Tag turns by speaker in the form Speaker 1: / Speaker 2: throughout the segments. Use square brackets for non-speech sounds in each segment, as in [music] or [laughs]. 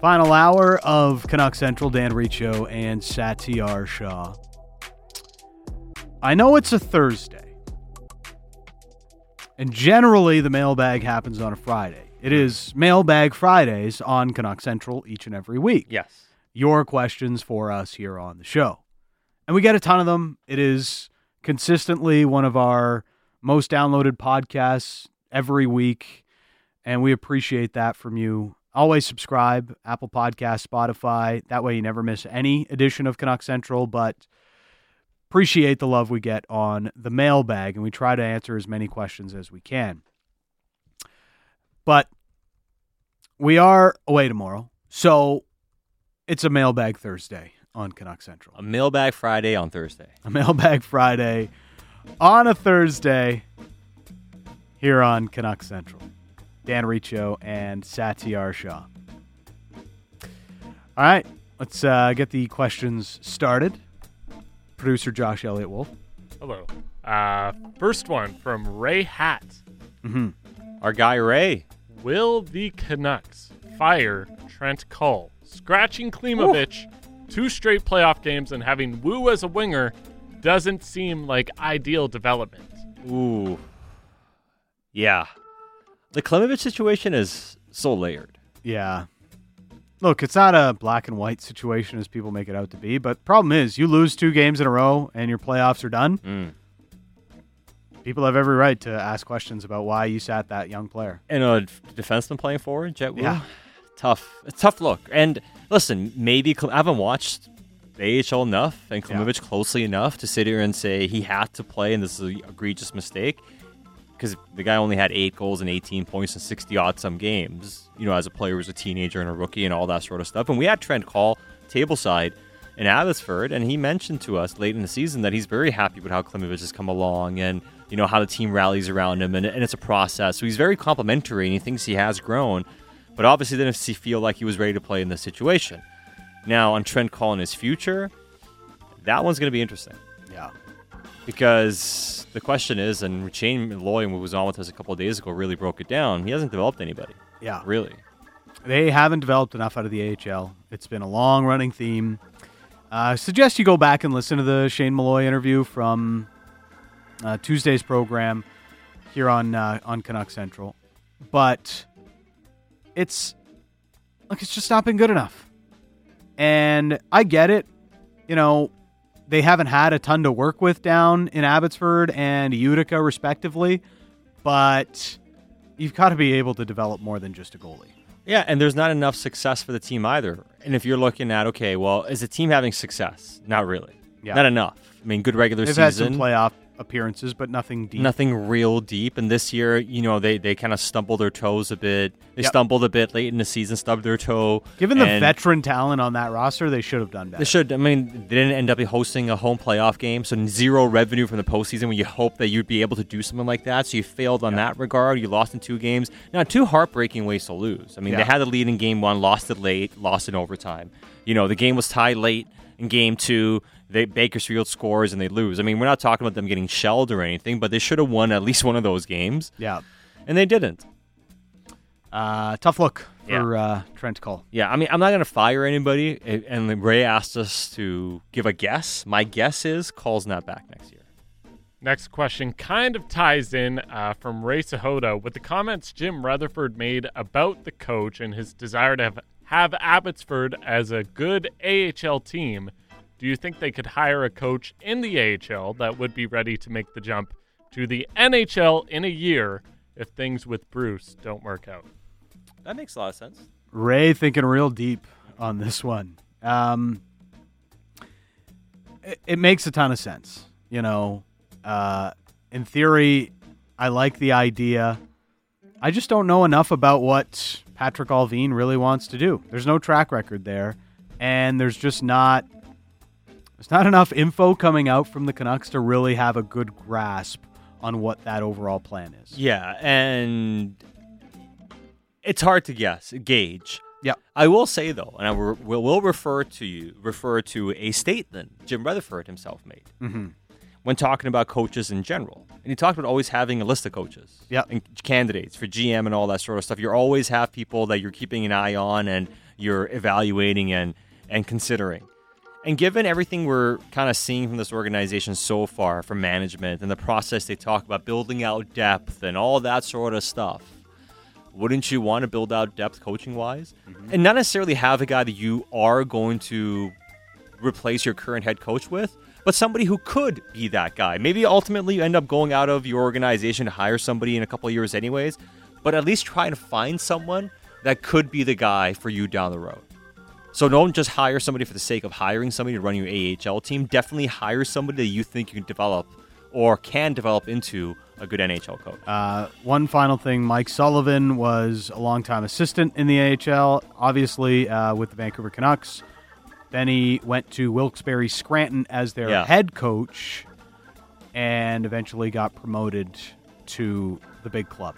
Speaker 1: Final hour of Canuck Central, Dan Riccio and Satyar Shah. I know it's a Thursday. And generally, the mailbag happens on a Friday. It is Mailbag Fridays on Canuck Central each and every week.
Speaker 2: Yes.
Speaker 1: Your questions for us here on the show. And we get a ton of them. It is consistently one of our most downloaded podcasts every week. And we appreciate that from you. Always subscribe, Apple Podcast, Spotify. That way you never miss any edition of Canuck Central. But appreciate the love we get on the mailbag, and we try to answer as many questions as we can. But we are away tomorrow, so it's a mailbag Thursday on Canuck Central.
Speaker 2: A mailbag Friday on Thursday.
Speaker 1: A [laughs] mailbag Friday on a Thursday here on Canuck Central. Dan Riccio and Satyar Shah. All right, let's uh, get the questions started. Producer Josh Elliott Wolf.
Speaker 3: Hello. Uh, first one from Ray Hat.
Speaker 1: Mm-hmm.
Speaker 2: Our guy Ray.
Speaker 3: Will the Canucks fire Trent Cole, scratching Klimovich, two straight playoff games, and having Wu as a winger doesn't seem like ideal development.
Speaker 2: Ooh. Yeah. The Klemovich situation is so layered.
Speaker 1: Yeah. Look, it's not a black and white situation as people make it out to be, but problem is you lose two games in a row and your playoffs are done.
Speaker 2: Mm.
Speaker 1: People have every right to ask questions about why you sat that young player.
Speaker 2: And a d- defenseman playing forward, Jet Wu.
Speaker 1: Yeah.
Speaker 2: Tough. It's tough look. And listen, maybe Kle- I haven't watched the AHL enough and Klemovich closely enough to sit here and say he had to play and this is an egregious mistake because the guy only had eight goals and 18 points in 60 odd some games, you know, as a player, as a teenager and a rookie and all that sort of stuff. And we had Trent Call tableside in Abbotsford, and he mentioned to us late in the season that he's very happy with how Klimovich has come along and, you know, how the team rallies around him, and, and it's a process. So he's very complimentary and he thinks he has grown, but obviously didn't feel like he was ready to play in this situation. Now, on Trent Call and his future, that one's going to be interesting
Speaker 1: Yeah.
Speaker 2: because the question is, and Shane Loy, who was on with us a couple of days ago, really broke it down. He hasn't developed anybody,
Speaker 1: Yeah.
Speaker 2: really.
Speaker 1: They haven't developed enough out of the AHL. It's been a long running theme. Uh, I suggest you go back and listen to the Shane Malloy interview from uh, Tuesday's program here on uh, on Canuck Central. But it's like it's just not been good enough. And I get it. You know, they haven't had a ton to work with down in Abbotsford and Utica respectively, but you've got to be able to develop more than just a goalie.
Speaker 2: Yeah, and there's not enough success for the team either. And if you're looking at, okay, well, is the team having success? Not really.
Speaker 1: Yeah.
Speaker 2: Not enough. I mean, good regular
Speaker 1: They've
Speaker 2: season.
Speaker 1: had some playoff appearances, but nothing deep.
Speaker 2: Nothing real deep. And this year, you know, they, they kind of stumbled their toes a bit. They
Speaker 1: Yep.
Speaker 2: stumbled a bit late in the season, stubbed their toe.
Speaker 1: Given the
Speaker 2: and
Speaker 1: veteran talent on that roster, they should have done better.
Speaker 2: They should. I mean, they didn't end up hosting a home playoff game, so zero revenue from the postseason. When you hope that you'd be able to do something like that, so you failed on that regard. You lost in two games. Now, two heartbreaking ways to lose. I mean,
Speaker 1: Yeah.
Speaker 2: they had the lead in game one, lost it late, lost in overtime. You know, the game was tied late in game two. They Bakersfield scores and they lose. I mean, we're not talking about them getting shelled or anything, but they should have won at least one of those games,
Speaker 1: yeah.
Speaker 2: and they didn't.
Speaker 1: Uh, tough look
Speaker 2: Yeah.
Speaker 1: for uh, Trent Cole.
Speaker 2: Yeah, I mean, I'm not going to fire anybody. a- And Ray asked us to give a guess. My guess is Call's not back next year.
Speaker 3: Next question kind of ties in uh, from Ray Sahota with the comments Jim Rutherford made about the coach and his desire to have, have Abbotsford as a good AHL team. Do you think they could hire a coach in the AHL that would be ready to make the jump to the NHL in a year if things with Bruce don't work out?
Speaker 2: That makes a lot of sense.
Speaker 1: Ray thinking real deep on this one. Um, it, it makes a ton of sense. You know, uh, in theory, I like the idea. I just don't know enough about what Patrick Alvine really wants to do. There's no track record there, and there's just not there's not enough info coming out from the Canucks to really have a good grasp on what that overall plan is.
Speaker 2: Yeah, and it's hard to guess, gauge.
Speaker 1: Yeah.
Speaker 2: I will say though, and I will, will refer to you, refer to a statement Jim Rutherford himself made.
Speaker 1: Mm-hmm.
Speaker 2: when talking about coaches in general. And he talked about always having a list of coaches
Speaker 1: Yep.
Speaker 2: and candidates for GM and all that sort of stuff. You always have people that you're keeping an eye on and you're evaluating and, and considering. And given everything we're kind of seeing from this organization so far, from management and the process they talk about building out depth and all that sort of stuff, wouldn't you want to build out depth coaching wise? And not necessarily have a guy that you are going to replace your current head coach with, but somebody who could be that guy. Maybe ultimately you end up going out of your organization to hire somebody in a couple of years, anyways, but at least try and find someone that could be the guy for you down the road. So don't just hire somebody for the sake of hiring somebody to run your AHL team. Definitely hire somebody that you think you can develop or can develop into a good NHL coach.
Speaker 1: Uh, one final thing Mike Sullivan was a longtime assistant in the AHL, obviously uh, with the Vancouver Canucks. Then he went to Wilkes-Barre Scranton as their
Speaker 2: Yeah.
Speaker 1: head coach and eventually got promoted to the big club.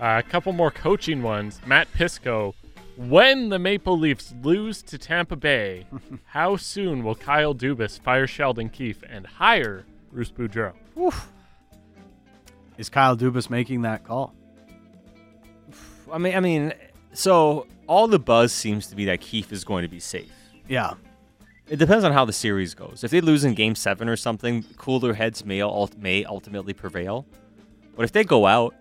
Speaker 3: Uh, a couple more coaching ones. Matt Pisco. When the Maple Leafs lose to Tampa Bay, how soon will Kyle Dubas fire Sheldon Keefe and hire Bruce Boudreau?
Speaker 1: Is Kyle Dubas making that call?
Speaker 2: I mean, I mean, so all the buzz seems to be that Keith is going to be safe.
Speaker 1: Yeah.
Speaker 2: It depends on how the series goes. If they lose in Game Seven or something, cooler heads may ult- may ultimately prevail. But if they go out,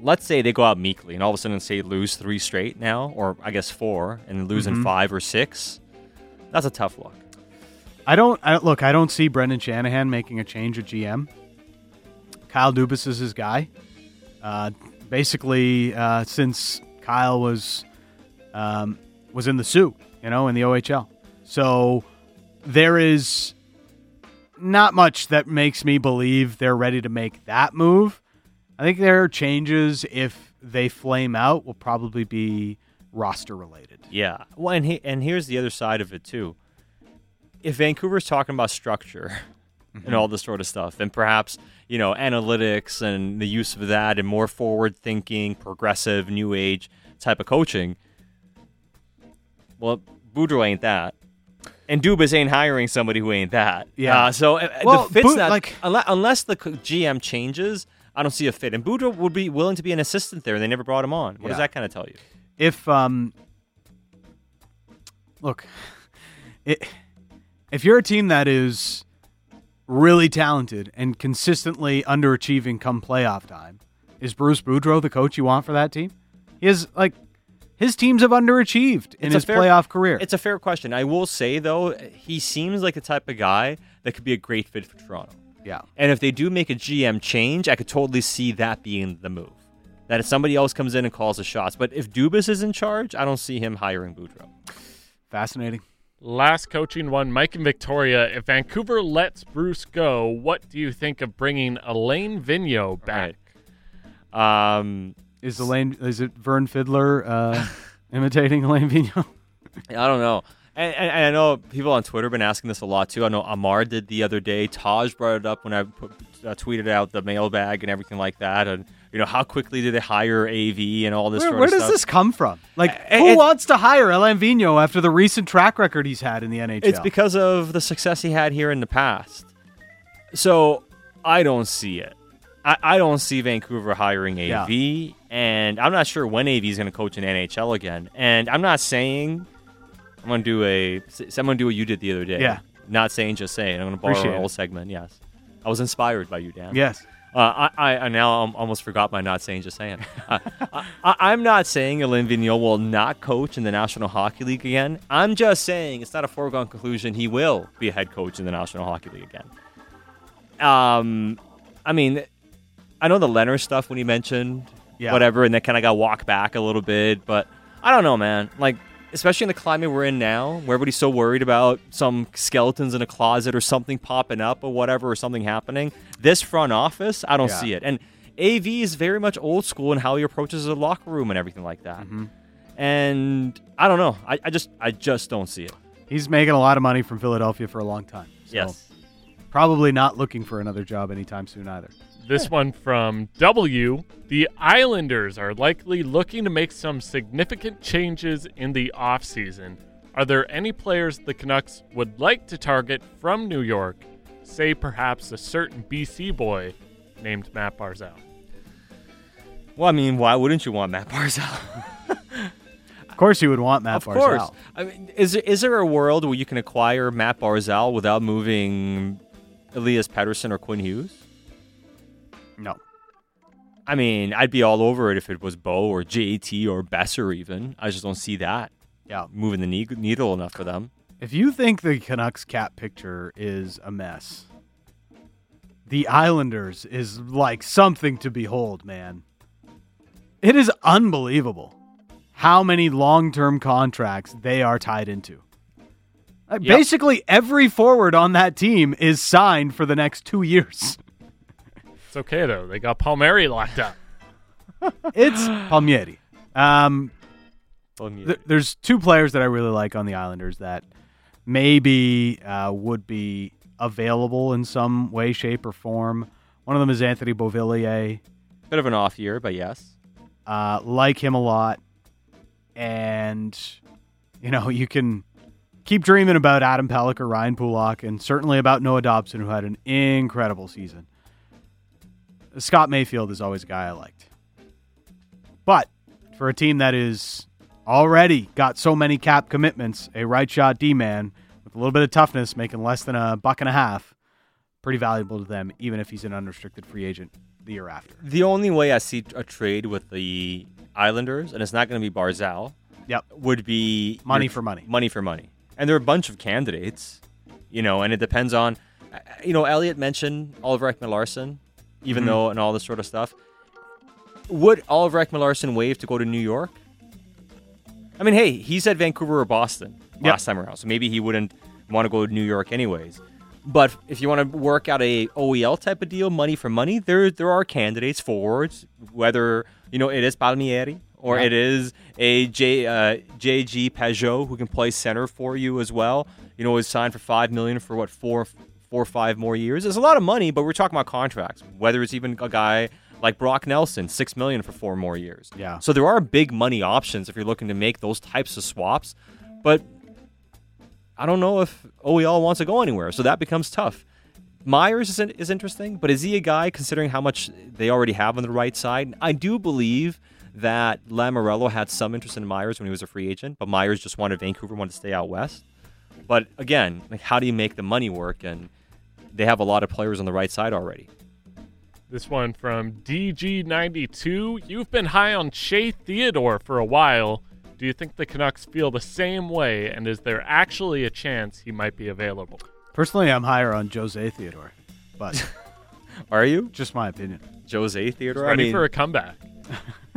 Speaker 2: let's say they go out meekly, and all of a sudden say lose three straight now, or I guess four, and lose in five or six, that's a tough look.
Speaker 1: I don't I, don't- look. I don't see Brendan Shanahan making a change at GM. Kyle Dubas is his guy. Uh, basically, uh, since Kyle was um, was in the Sioux, you know, in the OHL, so there is not much that makes me believe they're ready to make that move. I think their changes, if they flame out, will probably be roster related.
Speaker 2: Yeah. Well, and he, and here's the other side of it too. If Vancouver's talking about structure [laughs] and
Speaker 1: Mm-hmm.
Speaker 2: all this sort of stuff, and perhaps you know analytics and the use of that and more forward thinking, progressive, new age type of coaching, well, Boudreaux ain't that. And Dubas ain't hiring somebody who ain't that.
Speaker 1: Yeah.
Speaker 2: Uh, so uh,
Speaker 1: Well,
Speaker 2: the fit's
Speaker 1: Bou-
Speaker 2: not
Speaker 1: like-
Speaker 2: unless, unless the co- GM changes, I don't see a fit. And Boudreaux would be willing to be an assistant there, and they never brought him on. What does
Speaker 1: Yeah.
Speaker 2: that kind of tell you?
Speaker 1: if um look it, if you're a team that is really talented and consistently underachieving come playoff time is bruce boudreau the coach you want for that team he is like his teams have underachieved in
Speaker 2: It's a
Speaker 1: his
Speaker 2: fair-
Speaker 1: playoff career
Speaker 2: It's a fair question. I will say though, he seems like the type of guy that could be a great fit for Toronto.
Speaker 1: yeah
Speaker 2: And if they do make a GM change, I could totally see that being the move. That if somebody else comes in and calls the shots. But if Dubas is in charge, I don't see him hiring Boudreaux.
Speaker 1: fascinating
Speaker 3: Last coaching one, Mike and Victoria. If Vancouver lets Bruce go, what do you think of bringing Elaine Vigneault back?
Speaker 2: Right. Um,
Speaker 1: is Elaine is it Vern Fiddler uh, imitating Elaine Vigneault?
Speaker 2: I don't know. And, and, and I know people on Twitter have been asking this a lot too. I know Amar did the other day. Taj brought it up when I put, uh, tweeted out the mailbag and everything like that. And you know how quickly did they hire AV and all [laughs] this?
Speaker 1: Where,
Speaker 2: sort
Speaker 1: where
Speaker 2: of
Speaker 1: does
Speaker 2: stuff.
Speaker 1: this come from? Like,
Speaker 2: I-
Speaker 1: who
Speaker 2: it's-
Speaker 1: wants to hire Elaine Vigneault after the recent track record he's had in the NHL?
Speaker 2: It's because of the success he had here in the past. So I don't see it. I, I don't see Vancouver hiring AV, and I'm not sure when AV is going to coach in NHL again. And I'm not saying I'm going to do a. s- I'm going to do what you did the other day.
Speaker 1: Yeah.
Speaker 2: Not saying, just saying. I'm going to borrow
Speaker 1: Appreciate
Speaker 2: an
Speaker 1: it.
Speaker 2: old segment. Yes. I was inspired by you, Dan.
Speaker 1: yes.
Speaker 2: Uh, I, I, I now um, almost forgot my not saying, just saying. Uh, [laughs] I, I, I'm not saying Alain Vigneault will not coach in the National Hockey League again. I'm just saying it's not a foregone conclusion he will be a head coach in the National Hockey League again. Um, I mean, I know the Leonard stuff when he mentioned
Speaker 1: Yeah.
Speaker 2: whatever, and that kind of got walked back a little bit. But I don't know, man. Like, especially in the climate we're in now, where everybody's so worried about some skeletons in a closet or something popping up or whatever or something happening. This front office, I don't
Speaker 1: Yeah.
Speaker 2: see it. And AV is very much old school in how he approaches the locker room and everything like that. And I don't know. I, I just, I just don't see it.
Speaker 1: He's making a lot of money from Philadelphia for a long time. So
Speaker 2: Yes.
Speaker 1: Probably not looking for another job anytime soon either.
Speaker 3: This one from W. The Islanders are likely looking to make some significant changes in the offseason. Are there any players the Canucks would like to target from New York say perhaps a certain BC boy named Matt Barzell?
Speaker 2: Well, I mean, why wouldn't you want Matt Barzell?
Speaker 1: Of course, you would want Matt
Speaker 2: of
Speaker 1: Barzell.
Speaker 2: course. I mean, is there, is there a world where you can acquire Matt Barzell without moving Elias Patterson or Quinn Hughes?
Speaker 1: No.
Speaker 2: I mean, I'd be all over it if it was Bo or JT or Besser even. I just don't see that
Speaker 1: Yeah.
Speaker 2: moving the ne- needle enough for them.
Speaker 1: If you think the Canucks cap picture is a mess, the Islanders is like something to behold, man. It is unbelievable how many long term contracts they are tied into. Like,
Speaker 2: Yep.
Speaker 1: Basically, every forward on that team is signed for the next two years.
Speaker 3: It's okay though. They got Palmieri locked up.
Speaker 1: It's Palmieri. Um,
Speaker 2: Th-
Speaker 1: Th- there's two players that I really like on the Islanders that maybe uh, would be available in some way, shape, or form. One of them is Anthony Beauvillier.
Speaker 2: Bit of an off year, but yes.
Speaker 1: Uh, like him a lot, and you know you can keep dreaming about Adam Pellick or Ryan Pulak, and certainly about Noah Dobson, who had an incredible season. Scott Mayfield is always a guy I liked, but for a team that is already got so many cap commitments, a right shot D man with a little bit of toughness, making less than a buck and a half, pretty valuable to them, even if he's an unrestricted free agent the year after.
Speaker 2: The only way I see a trade with the Islanders, and it's not going to be Barzell,
Speaker 1: Yep.
Speaker 2: would be
Speaker 1: Money
Speaker 2: your-
Speaker 1: for money.
Speaker 2: Money for money. And there are a bunch of candidates, you know, and it depends on, I- I- you know, Elliot mentioned Oliver Ekman Larson,
Speaker 1: Mm-hmm.
Speaker 2: even though, and all this sort of stuff. Would Oliver Ekman Larson waive to go to New York? I mean, hey, he's at Vancouver or Boston
Speaker 1: Yep.
Speaker 2: last time around, so maybe he wouldn't want to go to New York anyways. But if you want to work out a OEL type of deal, money for money, there there are candidates forwards, whether you know it is Palmieri or
Speaker 1: Yeah.
Speaker 2: it is a J uh, JG Peugeot who can play center for you as well. You know, is signed for five million for what four four or five more years. It's a lot of money, but we're talking about contracts. Whether it's even a guy like Brock Nelson, six million for four more years.
Speaker 1: Yeah.
Speaker 2: So there are big money options if you're looking to make those types of swaps, but I don't know if OEL wants to go anywhere, so that becomes tough. Myers is, in, is interesting, but is he a guy considering how much they already have on the right side? I do believe that Lamorello had some interest in Myers when he was a free agent, but Myers just wanted Vancouver, wanted to stay out west. But again, like how do you make the money work? And they have a lot of players on the right side already.
Speaker 3: This one from DG92. You've been high on Shea Theodore for a while. Do you think the Canucks feel the same way? And is there actually a chance he might be available?
Speaker 1: Personally, I'm higher on Jose Theodore,
Speaker 2: [laughs]
Speaker 1: but
Speaker 2: Are you
Speaker 1: just my opinion.
Speaker 2: Jose Theodore?
Speaker 3: Ready
Speaker 2: I mean,
Speaker 3: for a comeback?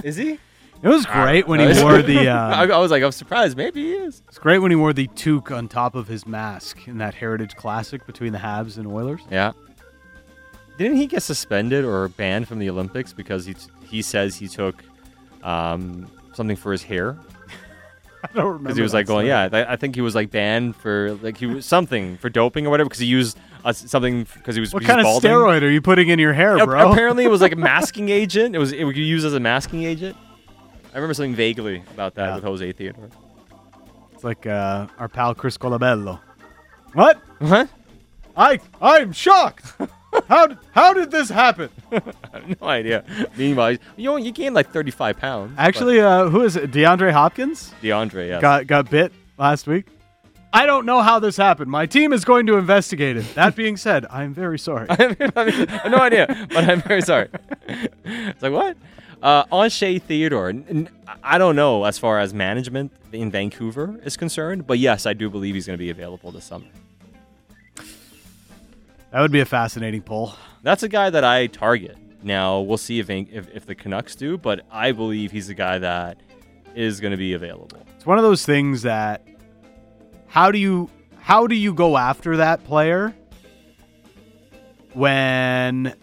Speaker 2: is he?
Speaker 1: It was great when he wore
Speaker 2: [laughs]
Speaker 1: the.
Speaker 2: I,
Speaker 1: Uh,
Speaker 2: I was like, I'm surprised. Maybe he is.
Speaker 1: it's great when he wore the toque on top of his mask in that Heritage Classic between the Habs and Oilers. [laughs]
Speaker 2: Yeah. Didn't he get suspended or banned from the Olympics because he t- he says he took um, something for his hair
Speaker 1: I don't remember.
Speaker 2: because he was
Speaker 1: that
Speaker 2: like going
Speaker 1: story.
Speaker 2: yeah th- I think he was like banned for like he was something for doping or whatever because he used uh, s- something because he was
Speaker 1: What
Speaker 2: he was
Speaker 1: kind of
Speaker 2: balding.
Speaker 1: steroid are you putting in your hair,
Speaker 2: Ap-
Speaker 1: bro?
Speaker 2: Apparently, it was
Speaker 1: [laughs]
Speaker 2: like a masking agent. It was it was used as a masking agent. I remember something vaguely about that
Speaker 1: Yeah.
Speaker 2: with Jose Theodore.
Speaker 1: It's like uh, our pal Chris Colabello. What?
Speaker 2: What?
Speaker 1: I I'm
Speaker 2: [laughs]
Speaker 1: shocked. how d- how did this happen?
Speaker 2: I have [laughs] no idea. Meanwhile, he's- you know, you gained like 35 pounds. but-
Speaker 1: Actually, uh, who is it? DeAndre Hopkins.
Speaker 2: DeAndre, yes.
Speaker 1: got got bit last week. I don't know how this happened. My team is going to investigate it. That being said, I am very sorry.
Speaker 2: I mean, I have [laughs] no idea, but I'm very sorry. It's like what? Uh, on Shea Theodore, n- n- I don't know as far as management in Vancouver is concerned, but yes, I do believe he's going to be available this summer.
Speaker 1: That would be a fascinating poll.
Speaker 2: That's a guy that I target. Now we'll see if Van- if, if the Canucks do, but I believe he's a guy that is going to be available.
Speaker 1: It's one of those things that how do you how do you go after that player when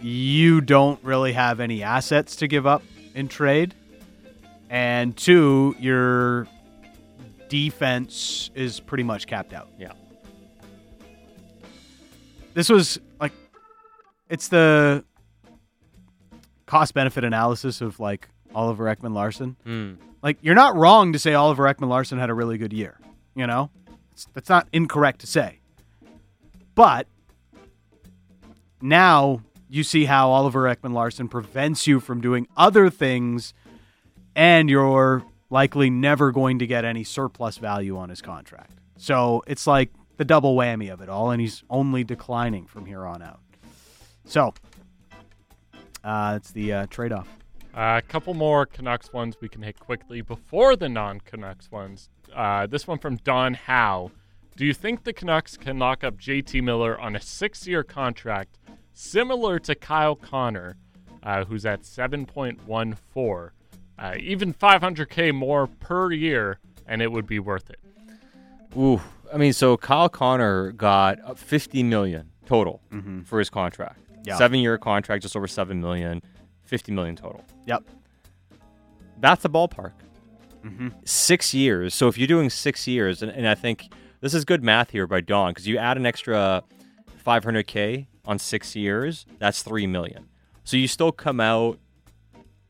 Speaker 1: you don't really have any assets to give up in trade? And two, your defense is pretty much capped out.
Speaker 2: Yeah.
Speaker 1: this was like it's the cost benefit analysis of like Oliver Ekman Larson. Like you're not wrong to say Oliver Ekman Larson had a really good year. You know, it's, that's not incorrect to say. But now you see how Oliver Ekman Larson prevents you from doing other things, and you're likely never going to get any surplus value on his contract. So it's like the double whammy of it all, and he's only declining from here on out. So uh, it's the uh, trade off.
Speaker 3: Uh, a couple more Canucks ones we can hit quickly before the non Canucks ones. Uh, this one from Don Howe. Do you think the Canucks can lock up JT Miller on a six year contract similar to Kyle Connor, uh, who's at 7.14? Uh, even 500K more per year, and it would be worth it.
Speaker 2: Ooh, I mean, so Kyle Connor got uh, 50 million total for his contract.
Speaker 1: Yeah.
Speaker 2: Seven-year contract, just over seven million, 50 million total.
Speaker 1: Yep.
Speaker 2: That's the ballpark. Six years. So if you're doing six years, and, and I think this is good math here by Don, because you add an extra 500k on six years, that's three million. So you still come out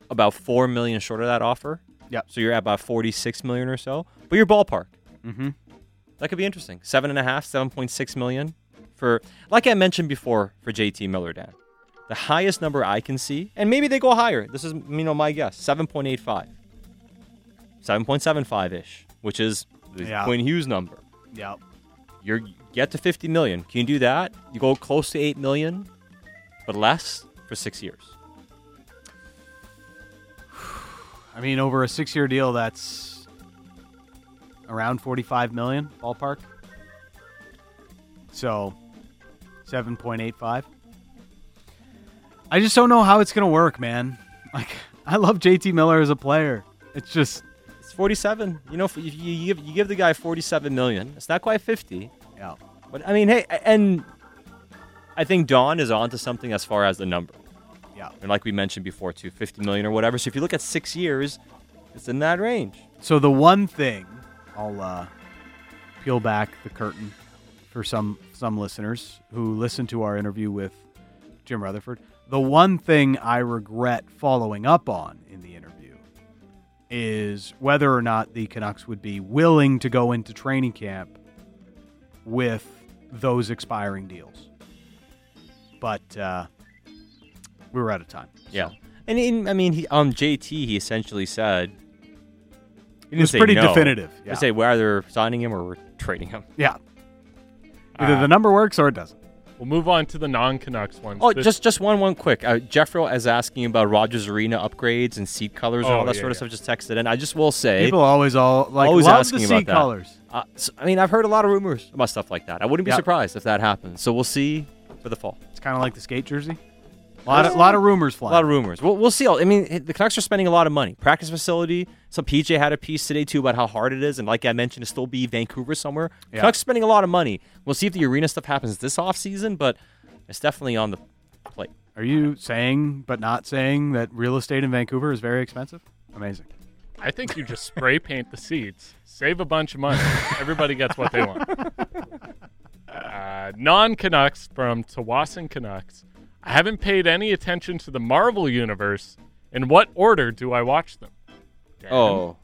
Speaker 2: about four million short of that offer.
Speaker 1: Yep.
Speaker 2: So you're at about 46 million or so, but your ballpark.
Speaker 1: Mhm.
Speaker 2: That could be interesting. Seven and a half, 7.6 million for, like I mentioned before, for JT Miller, Dan. The highest number I can see, and maybe they go higher. This is, you know, my guess 7.85, 7.75 ish, which is the
Speaker 1: Yeah.
Speaker 2: Quinn Hughes number.
Speaker 1: Yep.
Speaker 2: You're get to 50 million. Can you do that? You go close to 8 million, but less for six years.
Speaker 1: I mean, over a six year deal, that's around 45 million ballpark. So 7.85. I just don't know how it's going to work, man. Like, [laughs] I love JT Miller as a player. It's just,
Speaker 2: It's 47. You know, if you, you give you give the guy 47 million. It's not quite 50,
Speaker 1: yeah.
Speaker 2: but I mean, hey, and I think Don is onto something as far as the number.
Speaker 1: Yeah.
Speaker 2: And like we mentioned before, too, 50 million or whatever. So if you look at six years, it's in that range.
Speaker 1: So the one thing I'll uh, peel back the curtain for some some listeners who listened to our interview with Jim Rutherford. The one thing I regret following up on in the interview is whether or not the Canucks would be willing to go into training camp with those expiring deals. But uh, we were out of time.
Speaker 2: Yeah. And in, I mean, he, um, JT, he essentially said he
Speaker 1: was
Speaker 2: didn't say
Speaker 1: pretty
Speaker 2: no.
Speaker 1: definitive,
Speaker 2: He
Speaker 1: yeah.
Speaker 2: said we're either signing him or we're trading him.
Speaker 1: Yeah. Either
Speaker 3: Uh,
Speaker 1: the number works or it doesn't.
Speaker 3: We'll move on to the non Canucks ones.
Speaker 2: Oh,
Speaker 3: This-
Speaker 2: just just one one quick. Uh, Jeffro is asking about Rogers Arena upgrades and seat colors and
Speaker 3: Oh,
Speaker 2: all that
Speaker 3: yeah,
Speaker 2: sort of
Speaker 3: yeah.
Speaker 2: stuff. Just texted in. I just will say,
Speaker 1: People always all like
Speaker 2: always
Speaker 1: love
Speaker 2: asking
Speaker 1: the
Speaker 2: about
Speaker 1: sea
Speaker 2: that.
Speaker 1: colors.
Speaker 2: uh, s- I mean, I've heard a lot of rumors about stuff like that. I wouldn't be
Speaker 1: Yeah.
Speaker 2: surprised if that happens. So we'll see for the fall.
Speaker 1: It's kind of like the skate jersey. A lot of, lot of rumors
Speaker 2: A
Speaker 1: flying.
Speaker 2: lot of rumors. We'll, we'll see. All, I mean, the Canucks are spending a lot of money. Practice facility. So PJ had a piece today too about how hard it is, and like I mentioned, to still be Vancouver somewhere.
Speaker 1: Yeah.
Speaker 2: Canucks are spending a lot of money. We'll see if the arena stuff happens this offseason, but it's definitely on the plate.
Speaker 1: Are you saying but not saying that real estate in Vancouver is very expensive? Amazing.
Speaker 3: I think you just spray paint the seats, save a bunch of money. Everybody gets what they want. Uh, non Canucks from Tawasin Canucks. I haven't paid any attention to the Marvel Universe. In what order do I watch them? Dan?
Speaker 2: Oh,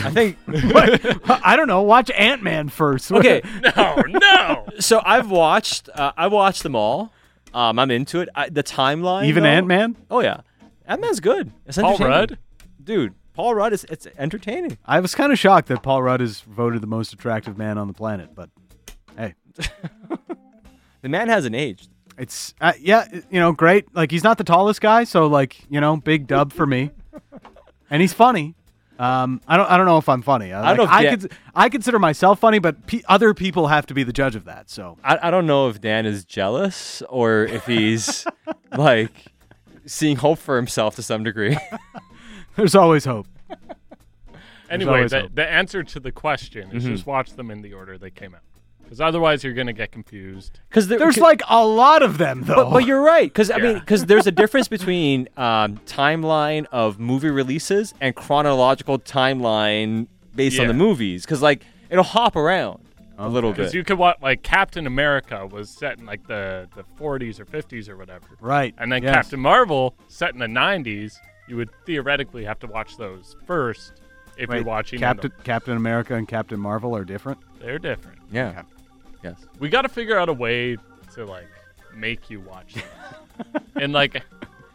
Speaker 2: I think [laughs]
Speaker 1: I don't know. Watch Ant Man first.
Speaker 2: okay.
Speaker 3: No, no.
Speaker 2: So I've watched uh, I watched them all. Um, I'm into it. [laughs] I, the timeline,
Speaker 1: Even
Speaker 2: though-
Speaker 1: Ant Man.
Speaker 2: Oh yeah, Ant Man's good. It's
Speaker 3: Paul
Speaker 2: entertaining.
Speaker 3: Rudd?
Speaker 2: dude. Paul Rudd is it's entertaining.
Speaker 1: I was kind of shocked that Paul Rudd is voted the most attractive man on the planet, but hey,
Speaker 2: The man hasn't aged.
Speaker 1: it's uh, yeah, you know, great. Like he's not the tallest guy, so like you know, big dub for me. And he's funny. Um, I don't. I don't know if I'm funny. I,
Speaker 2: don't know
Speaker 1: like,
Speaker 2: if
Speaker 1: I,
Speaker 2: Dan-
Speaker 1: cons- I consider myself funny, but pe- other people have to be the judge of that. So
Speaker 2: I, I don't know if Dan is jealous or if he's like seeing hope for himself to some degree.
Speaker 1: There's always hope.
Speaker 3: Anyway,
Speaker 1: always
Speaker 3: the,
Speaker 1: hope. Mm-hmm.
Speaker 3: the answer to the question is just watch them in the order they came out. Because otherwise, you're going to get confused.
Speaker 2: Because
Speaker 1: There's like a lot of them, though.
Speaker 2: But, but you're right, because I mean,
Speaker 3: Yeah.
Speaker 2: because [laughs] there's a difference between um, timeline of movie releases and chronological timeline based on
Speaker 3: Yeah.
Speaker 2: the movies. Because like it'll hop around a little bit.
Speaker 3: Because you could watch, like, Captain America was set in, like, the, the 40s or 50s or whatever.
Speaker 1: right.
Speaker 3: And then
Speaker 1: yes.
Speaker 3: Captain Marvel, set in the 90s, you would theoretically have to watch those first if
Speaker 1: Wait,
Speaker 3: you're watching them.
Speaker 1: Captain Captain America and Captain Marvel are different.
Speaker 3: They're different.
Speaker 2: yeah. Yes.
Speaker 3: We got to figure out a way to like make you
Speaker 1: [laughs]
Speaker 3: watch them in like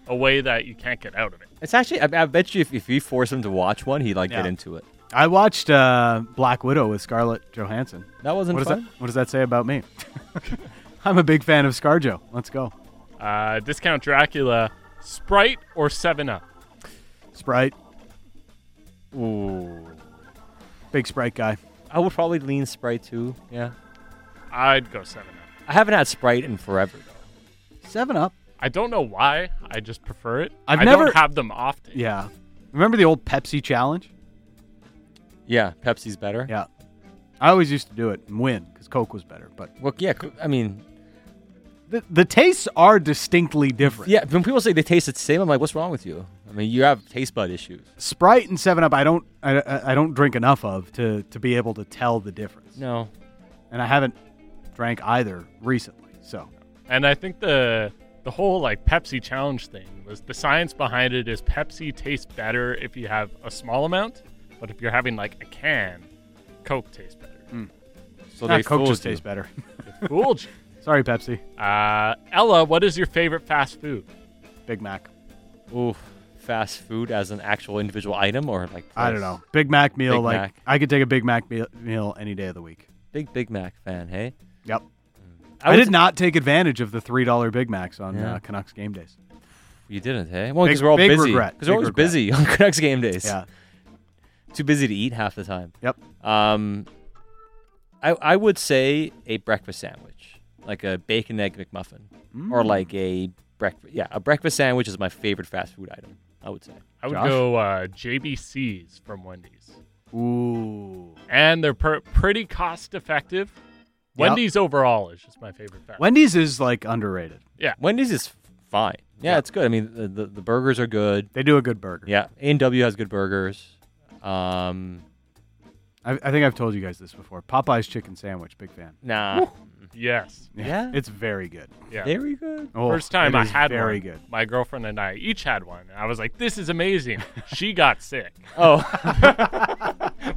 Speaker 3: a way that you can't get out of it.
Speaker 2: It's actually, I, I bet you if, if you force him to watch one, he'd like get
Speaker 1: Yeah.
Speaker 2: into it.
Speaker 1: I watched uh, Black Widow with Scarlett Johansson.
Speaker 2: That wasn't
Speaker 1: What does that,
Speaker 2: fun.
Speaker 1: what does that say about me? [laughs] I'm a big fan of ScarJo. Let's go.
Speaker 3: Uh, discount Dracula, Sprite or Seven Up.
Speaker 1: Sprite.
Speaker 2: Ooh.
Speaker 1: Big Sprite guy.
Speaker 2: I would probably lean Sprite too. Yeah.
Speaker 3: I'd go Seven Up.
Speaker 2: I haven't had Sprite in forever though.
Speaker 1: Seven Up.
Speaker 3: I don't know why. I just prefer it.
Speaker 1: I've
Speaker 3: I
Speaker 1: never-
Speaker 3: don't have them often.
Speaker 1: Yeah. Remember the old Pepsi challenge?
Speaker 2: Yeah, Pepsi's better.
Speaker 1: Yeah. I always used to do it and win because Coke was better. But
Speaker 2: Well, yeah. co- I mean,
Speaker 1: the, the tastes are distinctly different.
Speaker 2: yeah. When people say they taste the same, I'm like, what's wrong with you? I mean, you have taste bud issues.
Speaker 1: Sprite and Seven Up, I don't, I, I- I don't drink enough of to to be able to tell the difference.
Speaker 2: No.
Speaker 1: And I haven't drank either recently. So
Speaker 3: And I think the the whole like Pepsi challenge thing was the science behind it is Pepsi tastes better if you have a small amount, but if you're having like a can, Coke tastes better.
Speaker 1: Hmm.
Speaker 2: So
Speaker 1: Nah,
Speaker 2: they
Speaker 1: Ah, Coke
Speaker 2: fooled
Speaker 1: just
Speaker 2: you.
Speaker 1: tastes better. [laughs]
Speaker 3: Fooled you.
Speaker 1: Sorry, Pepsi.
Speaker 3: Uh, Ella, what is your favorite fast food?
Speaker 1: Big Mac.
Speaker 2: Ooh, fast food as an actual individual item or like
Speaker 1: I don't
Speaker 2: place?
Speaker 1: know. Big Mac meal.
Speaker 2: Big
Speaker 1: like
Speaker 2: Mac.
Speaker 1: I could take a Big Mac meal, meal any day of the week.
Speaker 2: Big Big Mac fan, hey?
Speaker 1: Yep.
Speaker 2: would
Speaker 1: I, did
Speaker 2: say-
Speaker 1: not take advantage of the three dollar Big Macs on
Speaker 2: Yeah.
Speaker 1: uh, Canucks game days.
Speaker 2: You didn't, hey? Well,
Speaker 1: Big-
Speaker 2: because we're all
Speaker 1: big
Speaker 2: busy.
Speaker 1: regret,
Speaker 2: Because we're
Speaker 1: big
Speaker 2: always
Speaker 1: regret.
Speaker 2: busy on [laughs] Canucks game days.
Speaker 1: Yeah.
Speaker 2: Too busy to eat half the time.
Speaker 1: Yep.
Speaker 2: Um, I I would say a breakfast sandwich, like a bacon egg McMuffin,
Speaker 1: Mm.
Speaker 2: or like a breakfast. Yeah, a breakfast sandwich is my favorite fast food item. I would say.
Speaker 3: I would
Speaker 1: Josh?
Speaker 3: go uh, JBC's from Wendy's,
Speaker 1: Ooh.
Speaker 3: and they're per- pretty cost effective. Wendy's overall is just my favorite fast.
Speaker 1: Wendy's is like underrated.
Speaker 2: Wendy's is fine. Yeah,
Speaker 1: Yeah.
Speaker 2: it's good. I mean, the, the the burgers are good.
Speaker 1: They do a good burger.
Speaker 2: Yeah, A and W has good burgers. Um,
Speaker 1: I, I think I've told you guys this before. Popeye's chicken sandwich, big fan.
Speaker 2: nah,
Speaker 3: yes,
Speaker 2: Yeah.
Speaker 1: It's very good.
Speaker 3: yeah.
Speaker 2: very good.
Speaker 1: Oh,
Speaker 3: First time
Speaker 1: it
Speaker 3: I
Speaker 1: is
Speaker 3: had
Speaker 1: very
Speaker 3: one,
Speaker 1: good.
Speaker 3: my girlfriend and I each had one, and I was like, "This is
Speaker 1: [laughs]
Speaker 3: amazing." she got sick.
Speaker 2: Oh, [laughs]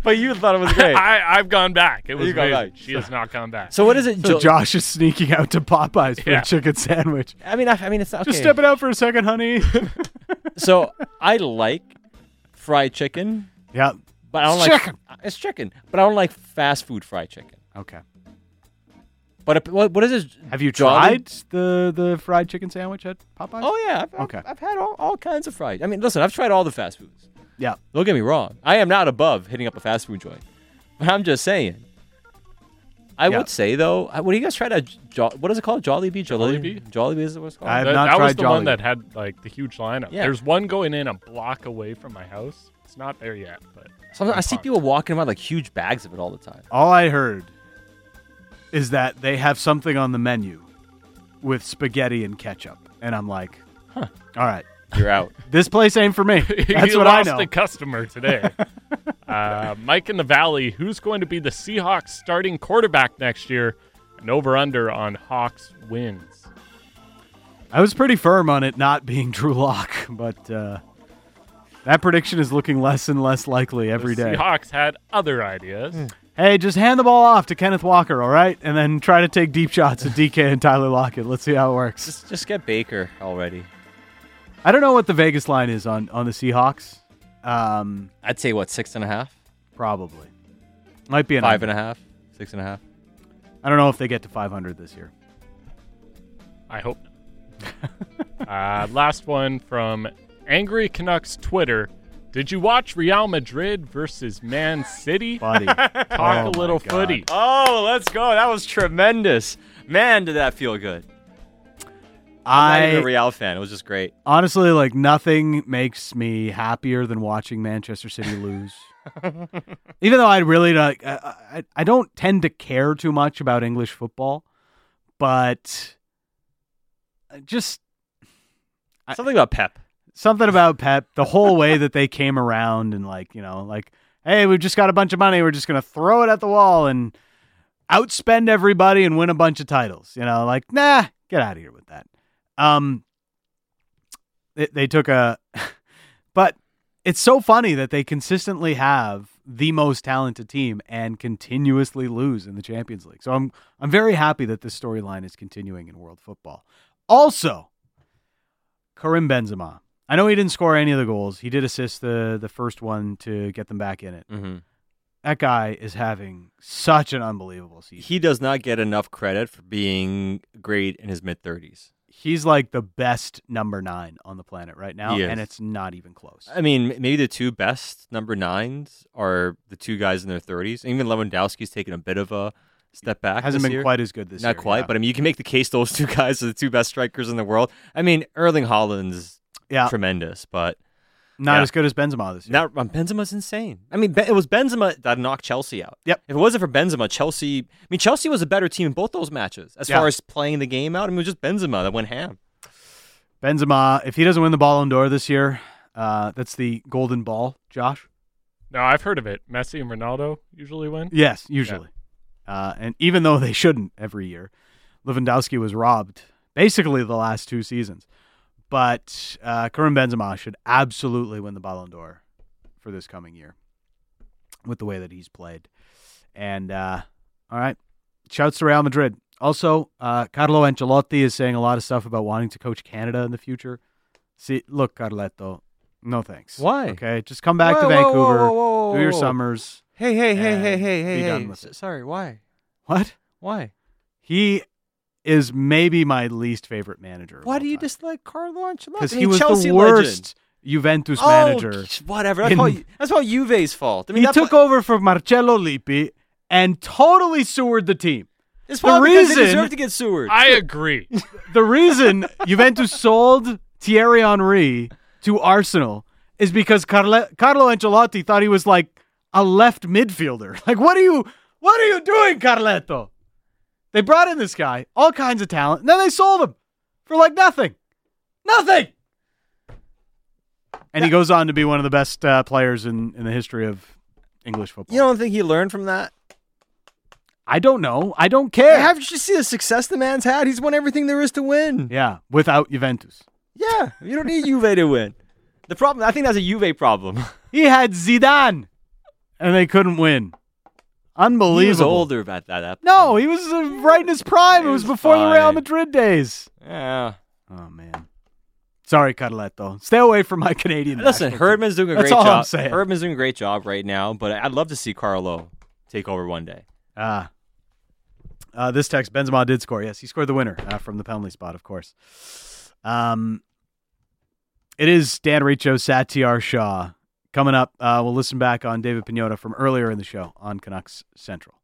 Speaker 2: but you thought it was
Speaker 1: [laughs]
Speaker 2: great.
Speaker 3: I, I've gone back. It was
Speaker 2: You've gone
Speaker 3: amazing.
Speaker 2: back.
Speaker 3: She has not gone back.
Speaker 2: So what is it,
Speaker 1: So
Speaker 2: Jill-
Speaker 1: Josh is sneaking out to Popeye's for
Speaker 3: Yeah.
Speaker 1: a chicken
Speaker 2: [laughs]
Speaker 1: sandwich.
Speaker 2: I mean, I, I mean, it's not
Speaker 1: Just
Speaker 2: okay.
Speaker 1: step it out for a second, honey.
Speaker 2: [laughs] So I like fried chicken,
Speaker 1: yep.
Speaker 2: but I don't
Speaker 1: It's
Speaker 2: like
Speaker 1: chicken.
Speaker 2: It's chicken, but I don't like fast food fried chicken.
Speaker 1: Okay.
Speaker 2: But if, what, what is this?
Speaker 1: Have you
Speaker 2: Jolly-
Speaker 1: tried the, the fried chicken sandwich at Popeye's?
Speaker 2: Oh yeah. I've,
Speaker 1: Okay.
Speaker 2: I've, I've had all, all kinds of fried. I mean, listen, I've tried all the fast foods.
Speaker 1: yeah.
Speaker 2: Don't get me wrong. I am not above hitting up a fast food joint, but I'm just saying. I
Speaker 1: Yeah.
Speaker 2: would say though, I- what do you guys try to? Jo- what is it called? Jollibee. Jollibee. Jollibee is what it's called.
Speaker 1: I have
Speaker 3: that
Speaker 1: not
Speaker 3: that was
Speaker 1: tried
Speaker 3: the
Speaker 1: Jollibee.
Speaker 3: one that had like the huge lineup.
Speaker 2: Yeah.
Speaker 3: There's one going in a block away from my house. It's not there yet, but [laughs]
Speaker 2: Sometimes I see people walking around like huge bags of it all the time.
Speaker 1: All I heard is that they have something on the menu with spaghetti and ketchup. And I'm like, all right,
Speaker 2: You're out. [laughs]
Speaker 1: this place ain't for me. That's
Speaker 3: [laughs] you
Speaker 1: what I
Speaker 3: lost
Speaker 1: know.
Speaker 3: the
Speaker 1: [laughs]
Speaker 3: customer today. uh, Mike in the Valley, who's going to be the Seahawks starting quarterback next year? An over under on Hawks wins.
Speaker 1: I was pretty firm on it not being [laughs] Drew Lock, but uh, that prediction is looking less and less likely every
Speaker 3: the
Speaker 1: day. Hmm.
Speaker 3: Seahawks had other ideas.
Speaker 1: Hey, just hand the ball off to Kenneth Walker, all right? And then try to take deep shots at DK and Tyler Lockett. Let's see how it works.
Speaker 2: Just, just get Baker already.
Speaker 1: I don't know what the Vegas line is on, on the Seahawks. Um,
Speaker 2: I'd say what six and a half,
Speaker 1: probably. Might be an
Speaker 2: five and a half, six and a half.
Speaker 1: I don't know if they get to 500 this year.
Speaker 3: I hope not. [laughs] uh, last one from Angry Canucks Twitter. Did you watch Real Madrid versus Man City?
Speaker 1: Buddy.
Speaker 3: Talk
Speaker 1: Oh
Speaker 3: a little
Speaker 1: my God.
Speaker 3: footy.
Speaker 2: Oh, let's go! That was tremendous. Man, did that feel good. Not even a
Speaker 1: I
Speaker 2: Real fan. It was just great.
Speaker 1: honestly like nothing makes me happier than watching Manchester City lose. even though I really like, I, I, I don't tend to care too much about English football, but I just I-
Speaker 2: Something about Pep.
Speaker 1: something about Pep, the whole way that they came around and like, you know, like, hey, we've just got a bunch of money, we're just gonna throw it at the wall and outspend everybody and win a bunch of titles. You know, like, nah, get out of here with that. Um [laughs] they, they took a but it's so funny that they consistently have the most talented team and continuously lose in the Champions League. So I'm I'm very happy that this storyline is continuing in world football. Also, Karim Benzema. I know he didn't score any of the goals. He did assist the the first one to get them back in it.
Speaker 2: Mm-hmm.
Speaker 1: That guy is having such an unbelievable season.
Speaker 2: He does not get enough credit for being great in his mid 30s.
Speaker 1: He's like the best number nine on the planet right now,
Speaker 2: He is.
Speaker 1: and it's not even close.
Speaker 2: I mean, m- maybe the two best number nines are the two guys in their 30s. Even Lewandowski's taken a bit of a step back.
Speaker 1: Hasn't
Speaker 2: this
Speaker 1: been
Speaker 2: year.
Speaker 1: quite as good this
Speaker 2: Not
Speaker 1: year.
Speaker 2: quite,
Speaker 1: yeah.
Speaker 2: but I mean, you can make the case those [laughs] two guys are the two best strikers in the world. I mean, Erling Haaland's
Speaker 1: yeah,
Speaker 2: tremendous, but
Speaker 1: not
Speaker 2: yeah.
Speaker 1: as good as Benzema this year.
Speaker 2: now um, Benzema's insane. I mean, Ben- it was Benzema that knocked Chelsea out.
Speaker 1: Yep.
Speaker 2: If it wasn't for Benzema, Chelsea. I mean, Chelsea was a better team in both those matches as
Speaker 1: Yeah.
Speaker 2: far as playing the game out. I mean, it was just Benzema that went ham.
Speaker 1: Benzema, if he doesn't win the Ballon d'Or this year, uh, that's the Golden Ball, Josh.
Speaker 3: No, I've heard of it. Messi and Ronaldo usually win.
Speaker 1: Yes, usually. Uh, and even though they shouldn't every year, Lewandowski was robbed basically the last two seasons. But uh, Karim Benzema should absolutely win the Ballon d'Or for this coming year with the way that he's played. And uh, all right, shouts to Real Madrid. Also, uh, Carlo Ancelotti is saying a lot of stuff about wanting to coach Canada in the future. See, look, Carletto, no thanks.
Speaker 2: Why?
Speaker 1: Okay, just come back to
Speaker 2: Whoa, whoa, whoa,
Speaker 1: Vancouver,
Speaker 2: whoa, whoa, whoa,
Speaker 1: do your
Speaker 2: whoa.
Speaker 1: summers.
Speaker 2: Hey,
Speaker 1: hey,
Speaker 2: hey,
Speaker 1: hey, And hey, hey, be done hey. with it.
Speaker 2: Sorry, why?
Speaker 1: What?
Speaker 2: Why?
Speaker 1: He is maybe my least favorite manager.
Speaker 2: Why do you dislike Carlo Ancelotti?
Speaker 1: Because
Speaker 2: I mean,
Speaker 1: he was
Speaker 2: Chelsea
Speaker 1: the
Speaker 2: legend.
Speaker 1: worst Juventus
Speaker 2: Oh,
Speaker 1: manager.
Speaker 2: sh- whatever. That's,
Speaker 1: in-
Speaker 2: all, that's all Juve's fault. I mean,
Speaker 1: he
Speaker 2: that's
Speaker 1: took
Speaker 2: why-
Speaker 1: over for Marcello Lippi and totally sewered the team.
Speaker 2: it's probably because they
Speaker 1: reason-
Speaker 2: deserve to get Seward.
Speaker 3: I agree.
Speaker 1: The reason Juventus sold Thierry Henry to Arsenal is because Carlo, Carlo Ancelotti thought he was like a left midfielder. [laughs] Like, what are you, what are you doing, Carletto? They brought in this guy, all kinds of talent, and then they sold him for like nothing, nothing. And he goes on to be one of the best uh, players in, in the history of English football.
Speaker 2: you don't think he learned from that?
Speaker 1: I don't know. I don't care.
Speaker 2: Haven't you seen the success the man's had? He's won everything there is to win.
Speaker 1: yeah, without Juventus.
Speaker 2: Yeah, you don't need Juve to win. The problem, I think that's a Juve problem. [laughs]
Speaker 1: He had Zidane, and they couldn't win. Unbelievable.
Speaker 2: He was older about that. that
Speaker 1: No, he was uh, right in his prime. It
Speaker 2: He
Speaker 1: was
Speaker 2: was
Speaker 1: before the Real
Speaker 2: fine.
Speaker 1: Madrid days.
Speaker 2: Yeah.
Speaker 1: Oh man, sorry, Carletto. Stay away from my Canadian. national
Speaker 2: Listen,
Speaker 1: team.
Speaker 2: Herdman's doing a
Speaker 1: That's
Speaker 2: great
Speaker 1: all
Speaker 2: job.
Speaker 1: I'm saying.
Speaker 2: Herdman's doing a great job right now, but I'd love to see Carlo take over one day.
Speaker 1: Ah. Uh, this text, Benzema did score. Yes, he scored the winner uh, from the penalty spot, of course. Um, it is Dan Riccio, Satyar Shah. Coming up, uh, we'll listen back on David Pinota from earlier in the show on Canucks Central.